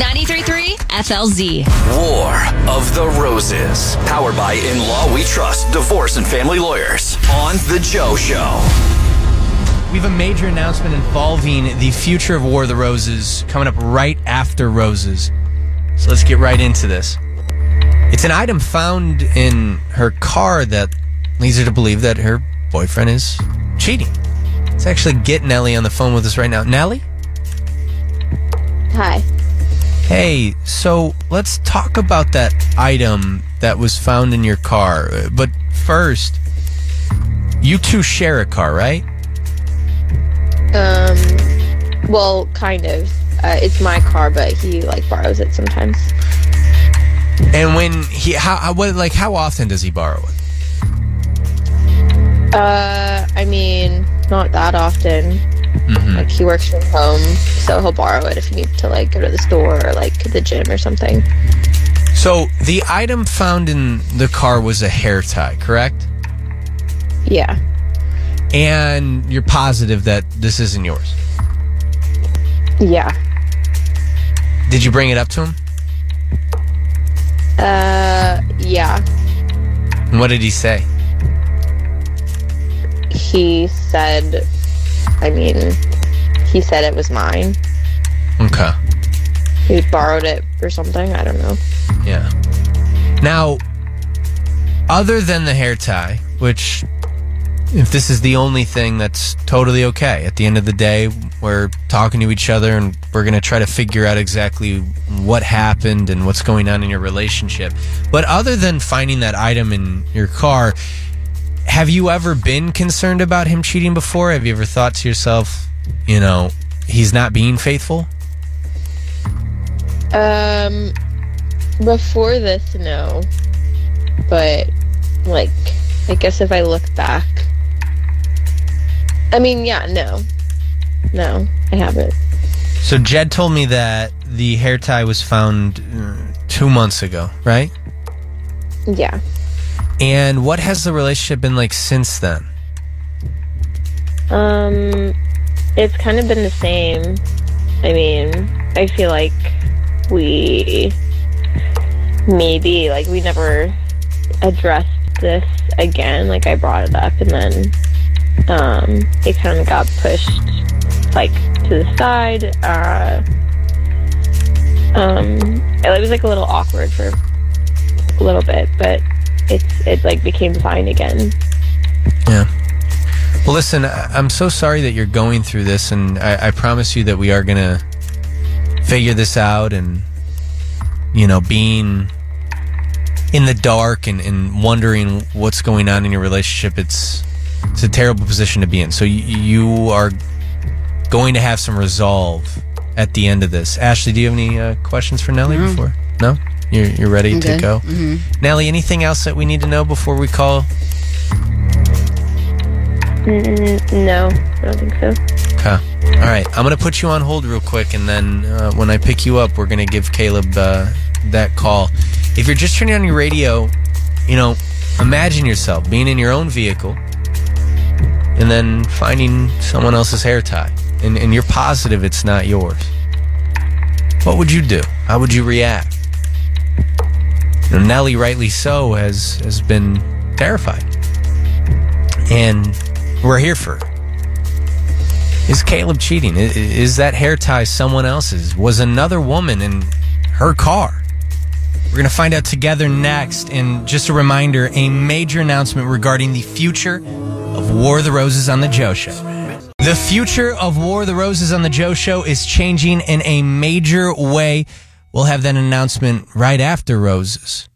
933 FLZ. War of the Roses. Powered by In Law We Trust Divorce and Family Lawyers on The Joe Show. We have a major announcement involving the future of War of the Roses coming up right after Roses. So let's get right into this. It's an item found in her car that leads her to believe that her boyfriend is cheating. Let's actually get Nellie on the phone with us right now. Nellie? Hi. Hey, so let's talk about that item that was found in your car. Uh, But first, you two share a car, right? Um, well, kind of. Uh, it's my car, but he like borrows it sometimes. And when he, how, how what, like, how often does he borrow it? Uh, I mean, not that often. Like he works from home, so he'll borrow it if he needs to like go to the store or like the gym or something. So the item found in the car was a hair tie, correct? Yeah. And you're positive that this isn't yours. Yeah. Did you bring it up to him? Uh, yeah. And what did he say? He said, I mean, he said it was mine. Okay. He borrowed it or something. I don't know. Yeah. Now, other than the hair tie, which, if this is the only thing, that's totally okay. At the end of the day, we're talking to each other and we're going to try to figure out exactly what happened and what's going on in your relationship. But other than finding that item in your car, have you ever been concerned about him cheating before? Have you ever thought to yourself, you know, he's not being faithful? Um, before this, no. But, like, I guess if I look back. I mean, yeah, no. No, I haven't. So Jed told me that the hair tie was found uh, two months ago, right? Yeah. And what has the relationship been like since then? Um, it's kind of been the same. I mean, I feel like we maybe, like, we never addressed this again. Like, I brought it up and then um, it kind of got pushed, like, to the side. Uh, um, it was, like, a little awkward for a little bit, but it's, it, like, became fine again. Yeah. Well, listen, I- I'm so sorry that you're going through this, and I, I promise you that we are going to figure this out. And, you know, being in the dark and, and wondering what's going on in your relationship, it's, it's a terrible position to be in. So y- you are going to have some resolve at the end of this. Ashley, do you have any uh, questions for Nellie before? No? You're, you're ready to good. go? Mm-hmm. Nellie, anything else that we need to know before we call Mm, no, I don't think so. Okay. All right. I'm going to put you on hold real quick, and then uh, when I pick you up, we're going to give Caleb uh, that call. If you're just turning on your radio, you know, imagine yourself being in your own vehicle and then finding someone else's hair tie, and, and you're positive it's not yours. What would you do? How would you react? You know, Nellie, rightly so, has, has been terrified. And we're here for her. Is Caleb cheating? I- i- Is that hair tie someone else's? Was another woman in her car? We're going to find out together next. And just a reminder a major announcement regarding the future of War of the Roses on The Joe Show. The future of War of the Roses on The Joe Show is changing in a major way. We'll have that announcement right after Roses.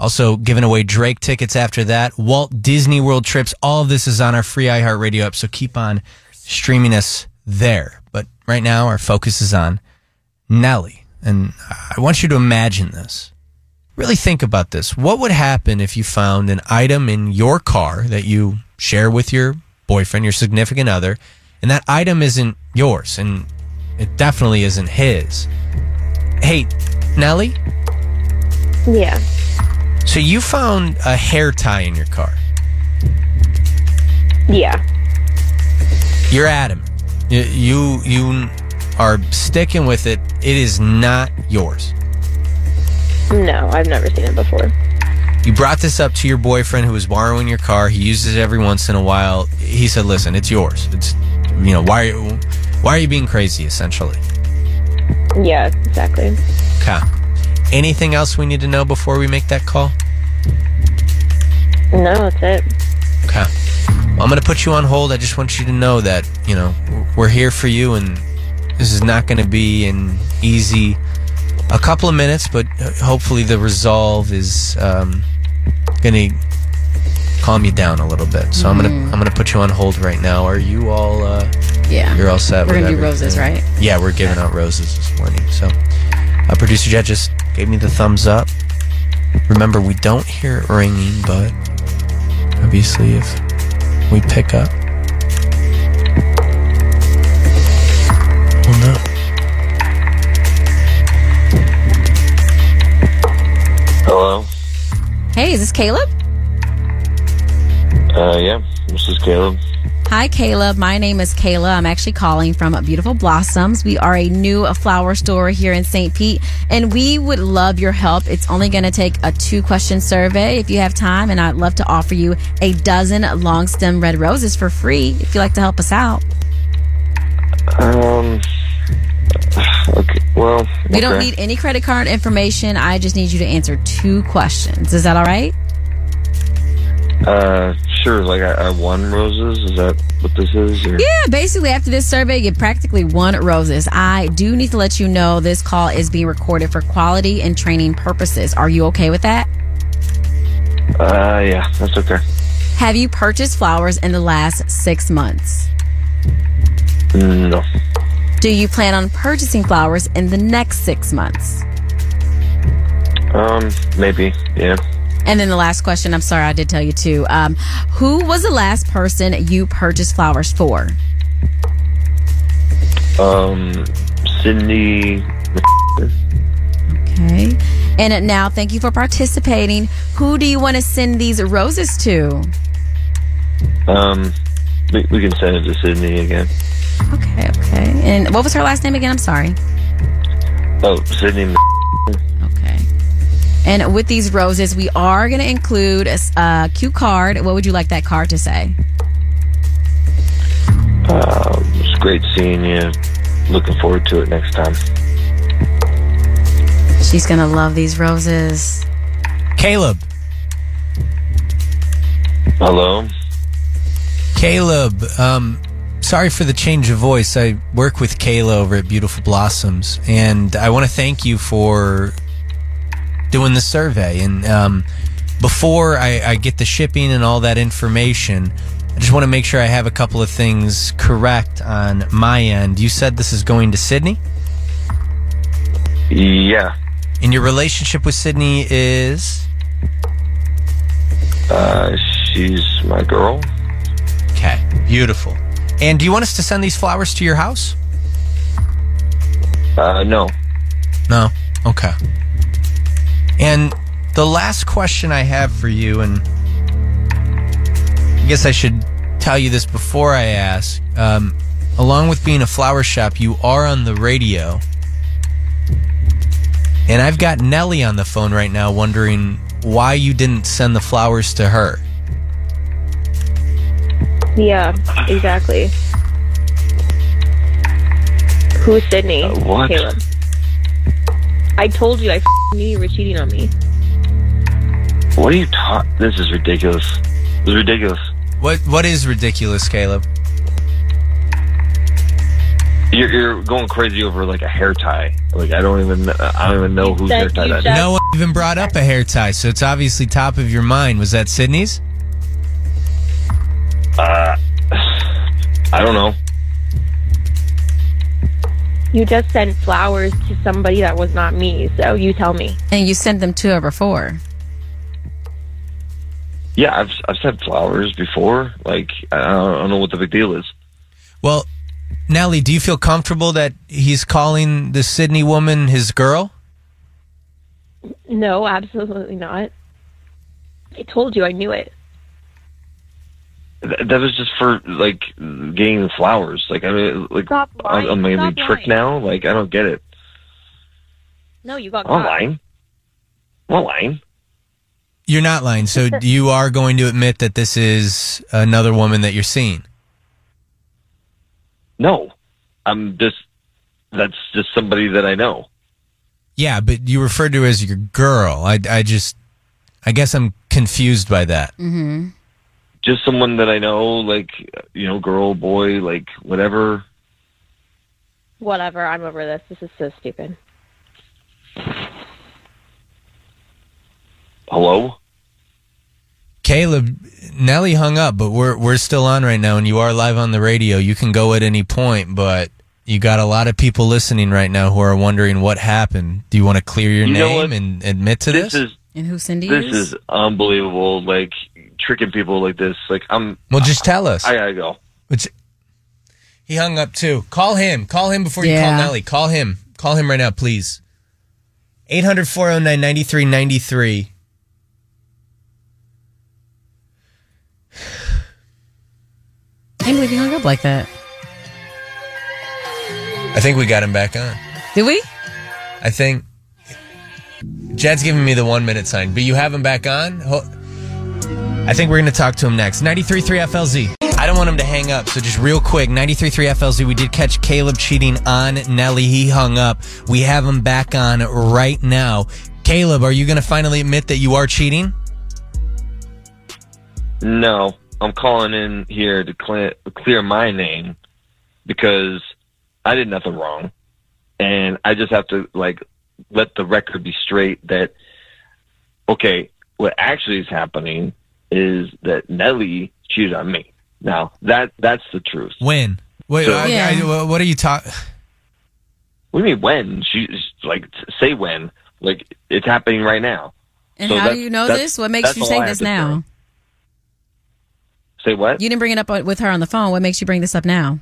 Also, giving away Drake tickets after that, Walt Disney World trips. All of this is on our free iHeartRadio app, so keep on streaming us there. But right now, our focus is on Nelly. And I want you to imagine this. Really think about this. What would happen if you found an item in your car that you share with your boyfriend, your significant other, and that item isn't yours and it definitely isn't his? Hey, Nelly, Yeah. so you found a hair tie in your car. Yeah. You're adamant. You, you you are sticking with it, it is not yours. No, I've never seen it before. You brought this up to your boyfriend who was borrowing your car. He uses it every once in a while. He said, "Listen, it's yours. It's you know why are you, why are you being crazy?" Essentially, Yeah, exactly. okay. Anything else we need to know before we make that call? No, that's it. Okay. Well, I'm going to put you on hold. I just want you to know that, you know, we're here for you and this is not going to be an easy a couple of minutes, but hopefully the resolve is um, going to calm you down a little bit. So I'm going Mm. to I'm going to put you on hold right now. Are you all uh, Yeah. you're all set We're with gonna do roses, everything? right? Yeah, we're giving out roses this morning. So, uh, producer Jet just gave me the thumbs up. Remember, we don't hear it ringing, but obviously, if we pick up, we'll know. Hello. Hey, is this Caleb? Uh, yeah, this is Caleb. Hi, Caleb. My name is Kayla. I'm actually calling from Beautiful Blossoms. We are a new flower store here in St. Pete, and we would love your help. It's only going to take a two question survey if you have time, and I'd love to offer you a dozen long stem red roses for free if you'd like to help us out. Um. Okay. Well. We don't okay. need any credit card information. I just need you to answer two questions. Is that all right? Uh, sure. Like I, I won roses. Is that what this is? Or? Yeah, basically, after this survey, you practically won roses. I do need to let you know this call is being recorded for quality and training purposes. Are you okay with that? Uh, yeah, that's okay. Have you purchased flowers in the last six months? No. Do you plan on purchasing flowers in the next six months? Um, maybe. Yeah. And then the last question, I'm sorry, I did tell you too. Um, who was the last person you purchased flowers for? Um, Sydney. Okay. And now, thank you for participating. Who do you want to send these roses to? Um, we, we can send it to Sydney again. Okay, okay. And what was her last name again? I'm sorry. Oh, Sydney. Okay. And with these roses, we are going to include a s- a cue card. What would you like that card to say? Uh, it's great seeing you. Looking forward to it next time. She's going to love these roses. Caleb, Hello. Caleb, um, sorry for the change of voice. I work with Kayla over at Beautiful Blossoms, and I want to thank you for doing the survey. And um, before I, I get the shipping and all that information, I just want to make sure I have a couple of things correct on my end. You said this is going to Sydney, Yeah. and your relationship with Sydney is Uh, she's my girl. okay, beautiful. And do you want us to send these flowers to your house? Uh, no. No. Okay. And the last question I have for you, and I guess I should tell you this before I ask. Um, along with being a flower shop, you are on the radio. And I've got Nellie on the phone right now wondering why you didn't send the flowers to her. Yeah, exactly. Who's Sydney? what? Caleb. I told you I f***ing knew you were cheating on me. What are you talking? This is ridiculous. This is ridiculous. What what is ridiculous, Caleb? You're, you're going crazy over like a hair tie. Like I don't even I don't even know whose said hair tie you that is. said- No one even brought up a hair tie, so it's obviously top of your mind. Was that Sydney's? I don't know. You just sent flowers to somebody that was not me, so you tell me. And you sent them to her before. Yeah, I've I've said flowers before. Like I don't, I don't know what the big deal is. Well, Nellie, do you feel comfortable that he's calling the Sydney woman his girl? No, absolutely not. I told you I knew it. th- that was just for like getting the flowers. Like I mean, like Stop lying. I'm, I'm gonna Stop be tricked lying. now. Like I don't get it. No, you got I'm caught. not lying. I'm not lying. You're not lying. So you are going to admit that this is another woman that you're seeing. No, I'm just. That's just somebody that I know. Yeah, but you referred to her as your girl. I, I just, I guess I'm confused by that. Just someone that I know, like you know, girl, boy, like whatever. Whatever. I'm over this. This is so stupid. Hello. Caleb, Nelly hung up, but we're we're still on right now, and you are live on the radio. You can go at any point, but you got a lot of people listening right now who are wondering what happened. Do you want to clear your You know name what? and admit to this? This is And who Cindy this is unbelievable. Like tricking people like this. Like I'm. well, just tell us. I gotta go. Which- he hung up too. Call him. Call him before you Yeah. call Nelly. Call him. Call him right now, please. 800 409 9393. I can't believe you hung up like that. I think we got him back on. Did we? I think Chad's giving me the one minute sign, but you have him back on. Ho- I think we're going to talk to him next. 93.3 FLZ. I don't want him to hang up, so just real quick 93.3 FLZ. We did catch Caleb cheating on Nelly. He hung up. We have him back on right now. Caleb, are you going to finally admit that you are cheating? No, I'm calling in here to clear, clear my name because I did nothing wrong, and I just have to like let the record be straight that okay, what actually is happening is that Nelly cheated on me. Now that that's the truth. When? Wait, So- I- Yeah. I- what are you talking? What do you mean when? She like say when? Like it's happening right now. And So how do that's- you know that's- this? What that's makes you all say I have this to now? Say what? You didn't bring it up with her on the phone. What makes you bring this up now?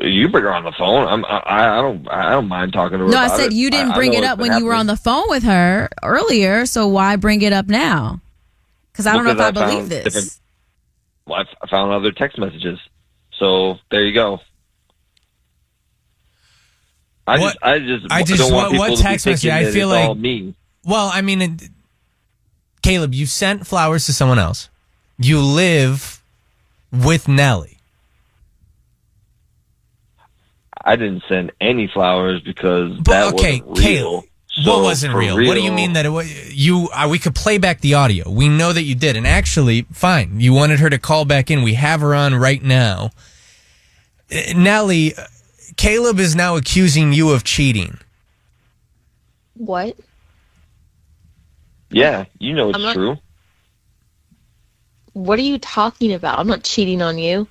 You bring her on the phone. I'm, I, I don't. I don't mind talking to her. No, I about said it. you didn't I- I bring know it it's up been when you were on the happening. phone with her earlier, so why bring it up now? Because I don't know if I Because I believe found this. different- Well, I f- I found other text messages. So there you go. I What- just, I just, I just- don't what- want people what to be text message? thinking I that feel it's like- all me. Well, I mean, it, Caleb, you sent flowers to someone else. You live with Nelly. I didn't send any flowers because But that okay, wasn't real. Caleb, So what wasn't for real? What do you mean that it was? You uh, we could play back the audio. We know that you did, and actually, fine. You wanted her to call back in. We have her on right now. Uh, Nelly, uh, Caleb is now accusing you of cheating. What? Yeah, you know it's I'm not- true. What are you talking about? I'm not cheating on you.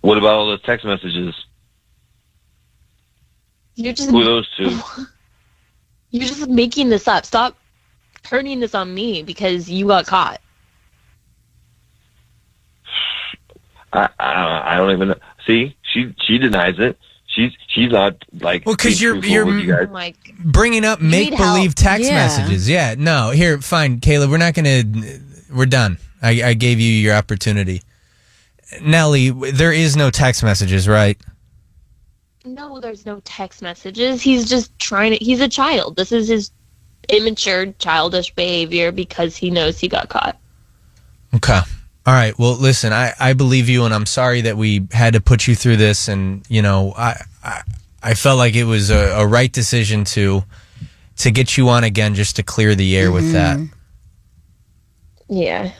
What about all those text messages? You're just Who are those two? you're just making this up. Stop turning this on me because you got caught. I, I, I don't even know. see. She she denies it. She's she's not like Well, 'cause being you're- truthful you're- with you guys. Like Bringing up need make believe help. text Yeah. messages. Yeah, no. Here, fine, Caleb. We're not gonna. We're done. I, I gave you your opportunity. Nelly, w- there is no text messages, right? no, there's no text messages. He's just trying to he's a child. This is his immature childish behavior because he knows he got caught. Okay. All right. Well, listen, I, I believe you, and I'm sorry that we had to put you through this. And you know, I I, I felt like it was a, a right decision to to get you on again just to clear the air with Mm-hmm. that. Yeah.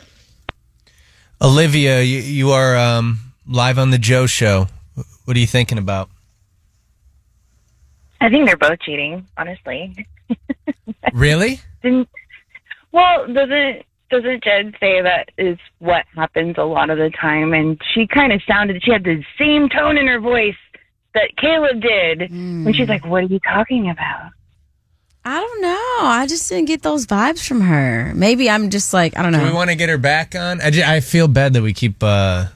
Olivia, you, you are um, live on the Joe Show. What are you thinking about? I think they're both cheating, honestly. Really? Didn't, well, doesn't doesn't Jed say that is what happens a lot of the time? And she kind of sounded she had the same tone in her voice that Caleb did when she's like, "What are you talking about?" I don't know. I just didn't get those vibes from her. Maybe I'm just like I don't Do we know. want to get her back on? I, ju- I feel bad that we keep uh,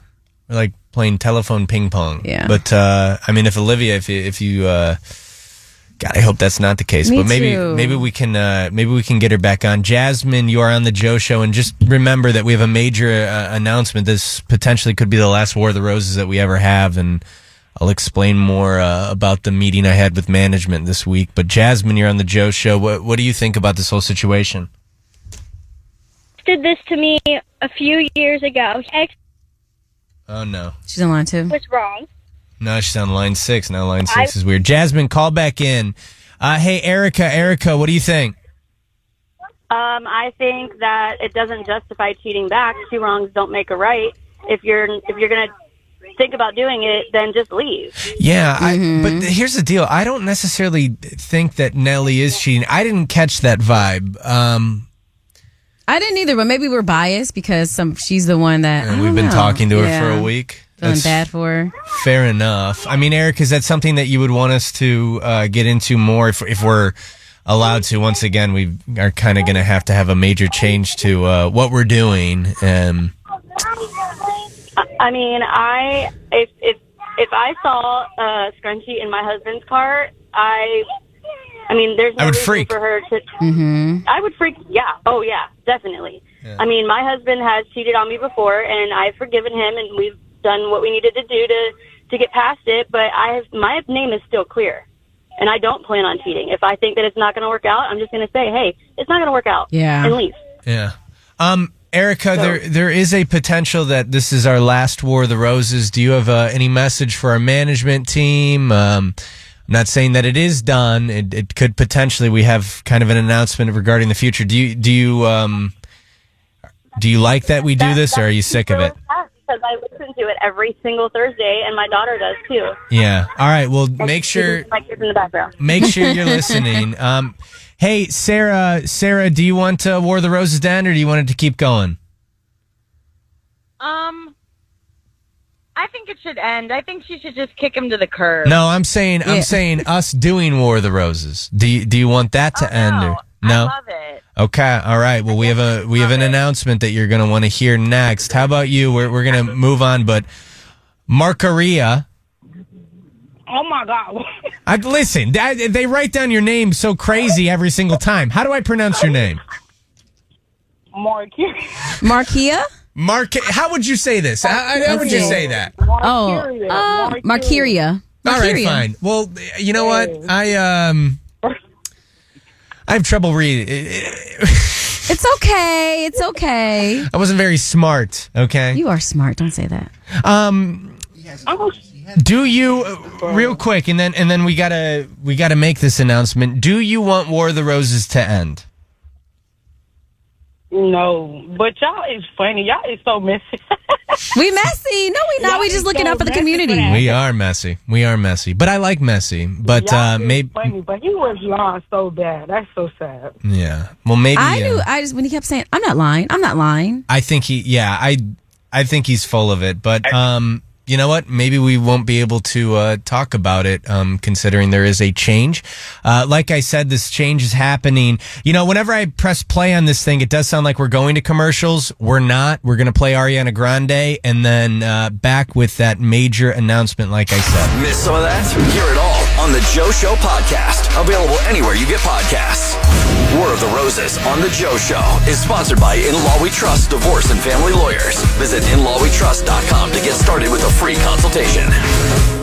we're like playing telephone ping pong. Yeah. But uh, I mean, if Olivia, if you, if you uh, God, I hope that's not the case. Me but maybe too. maybe we can uh, maybe we can get her back on. Jasmine, you are on the Joe Show, and just remember that we have a major uh, announcement. This potentially could be the last War of the Roses that we ever have, and I'll explain more uh, about the meeting I had with management this week. But Jasmine, you're on the Joe Show. What what do you think about this whole situation? did this to me a few years ago. X Oh no, She's online too. was wrong. no, she's on line six now. Line six is weird. Jasmine, call back in. Uh, hey, Erica, Erica, what do you think? Um, I think that it doesn't justify cheating back. Two wrongs don't make a right. If you're if you're gonna think about doing it, then just leave. Yeah, Mm-hmm. I, but th- here's the deal. I don't necessarily think that Nelly is cheating. I didn't catch that vibe. Um, I didn't either, but maybe we're biased because some she's the one that I and don't we've been know. talking to her Oh, Yeah. for a week. Feeling That's bad for her. fair enough. I mean, Eric, is that something that you would want us to uh, get into more if, if we're allowed to? Once again, we are kind of going to have to have a major change to uh, what we're doing. Um, I, I mean, I if if if I saw a scrunchie in my husband's car, I I mean, there's no I would reason freak. for her to. Mm-hmm. I would freak. Yeah. Oh yeah, definitely. I mean, my husband has cheated on me before, and I've forgiven him, and we've done what we needed to do to to get past it. But I have my name is still clear, and I don't plan on cheating. If I think that it's not going to work out, I'm just going to say, hey, it's not going to work out. Yeah. And leave. Yeah. Um, Erica, there there is a potential that this is our last War of the Roses. Do you have uh, any message for our management team? Um, I'm not saying that it is done. It, it could potentially we have kind of an announcement regarding the future. Do you do you um, do you like that we do this, or are you sick of it? Because I listen to it every single Thursday, and my daughter does too. Yeah. All right. Well, make sure My kids in the background. make sure you're listening. Um, hey, Sarah, Sarah, do you want uh, War of the Roses to end, or do you want it to keep going? Um, I think it should end. I think she should just kick him to the curb. No, I'm saying I'm Yeah. saying us doing War of the Roses. Do you, do you want that to end or I no? love it. Okay, all right. Well, we have a we have an announcement that you're going to want to hear next. How about you? We're we're going to move on, but Marcaria. Oh my god. I, listen, I, they write down your name so crazy every single time. How do I pronounce your name? More curious. Markia? Mark. How would you say this? How, how would you say that? Oh, uh, Markiria. All right, Markiria. fine. Well, you know what? I um, I have trouble reading. It's okay. It's okay. I wasn't very smart. Okay. You are smart. Don't say that. Do you uh, real quick, and then and then we gotta we gotta make this announcement. Do you want War of the Roses to end? No, but y'all is funny. Y'all is so messy. We messy. No, we not. We just looking out for the community. We are messy. We are messy, but I like messy. But uh, maybe funny, but he was lying so bad. That's so sad. yeah. Well, maybe I uh, knew. I just when he kept saying, "I'm not lying. I'm not lying." I think he. Yeah, I I think he's full of it. But um, you know what? Maybe we won't be able to uh, talk about it, um, considering there is a change. Uh, like I said, this change is happening. You know, whenever I press play on this thing, it does sound like we're going to commercials. We're not. We're going to play Ariana Grande and then uh, back with that major announcement. Like I said. Miss some of that? Hear it all on the Joe Show podcast. Available anywhere you get podcasts. War of the Roses on the Joe Show is sponsored by In Law We Trust Divorce and Family Lawyers. Visit inlawwetrust.com to get started with a free consultation.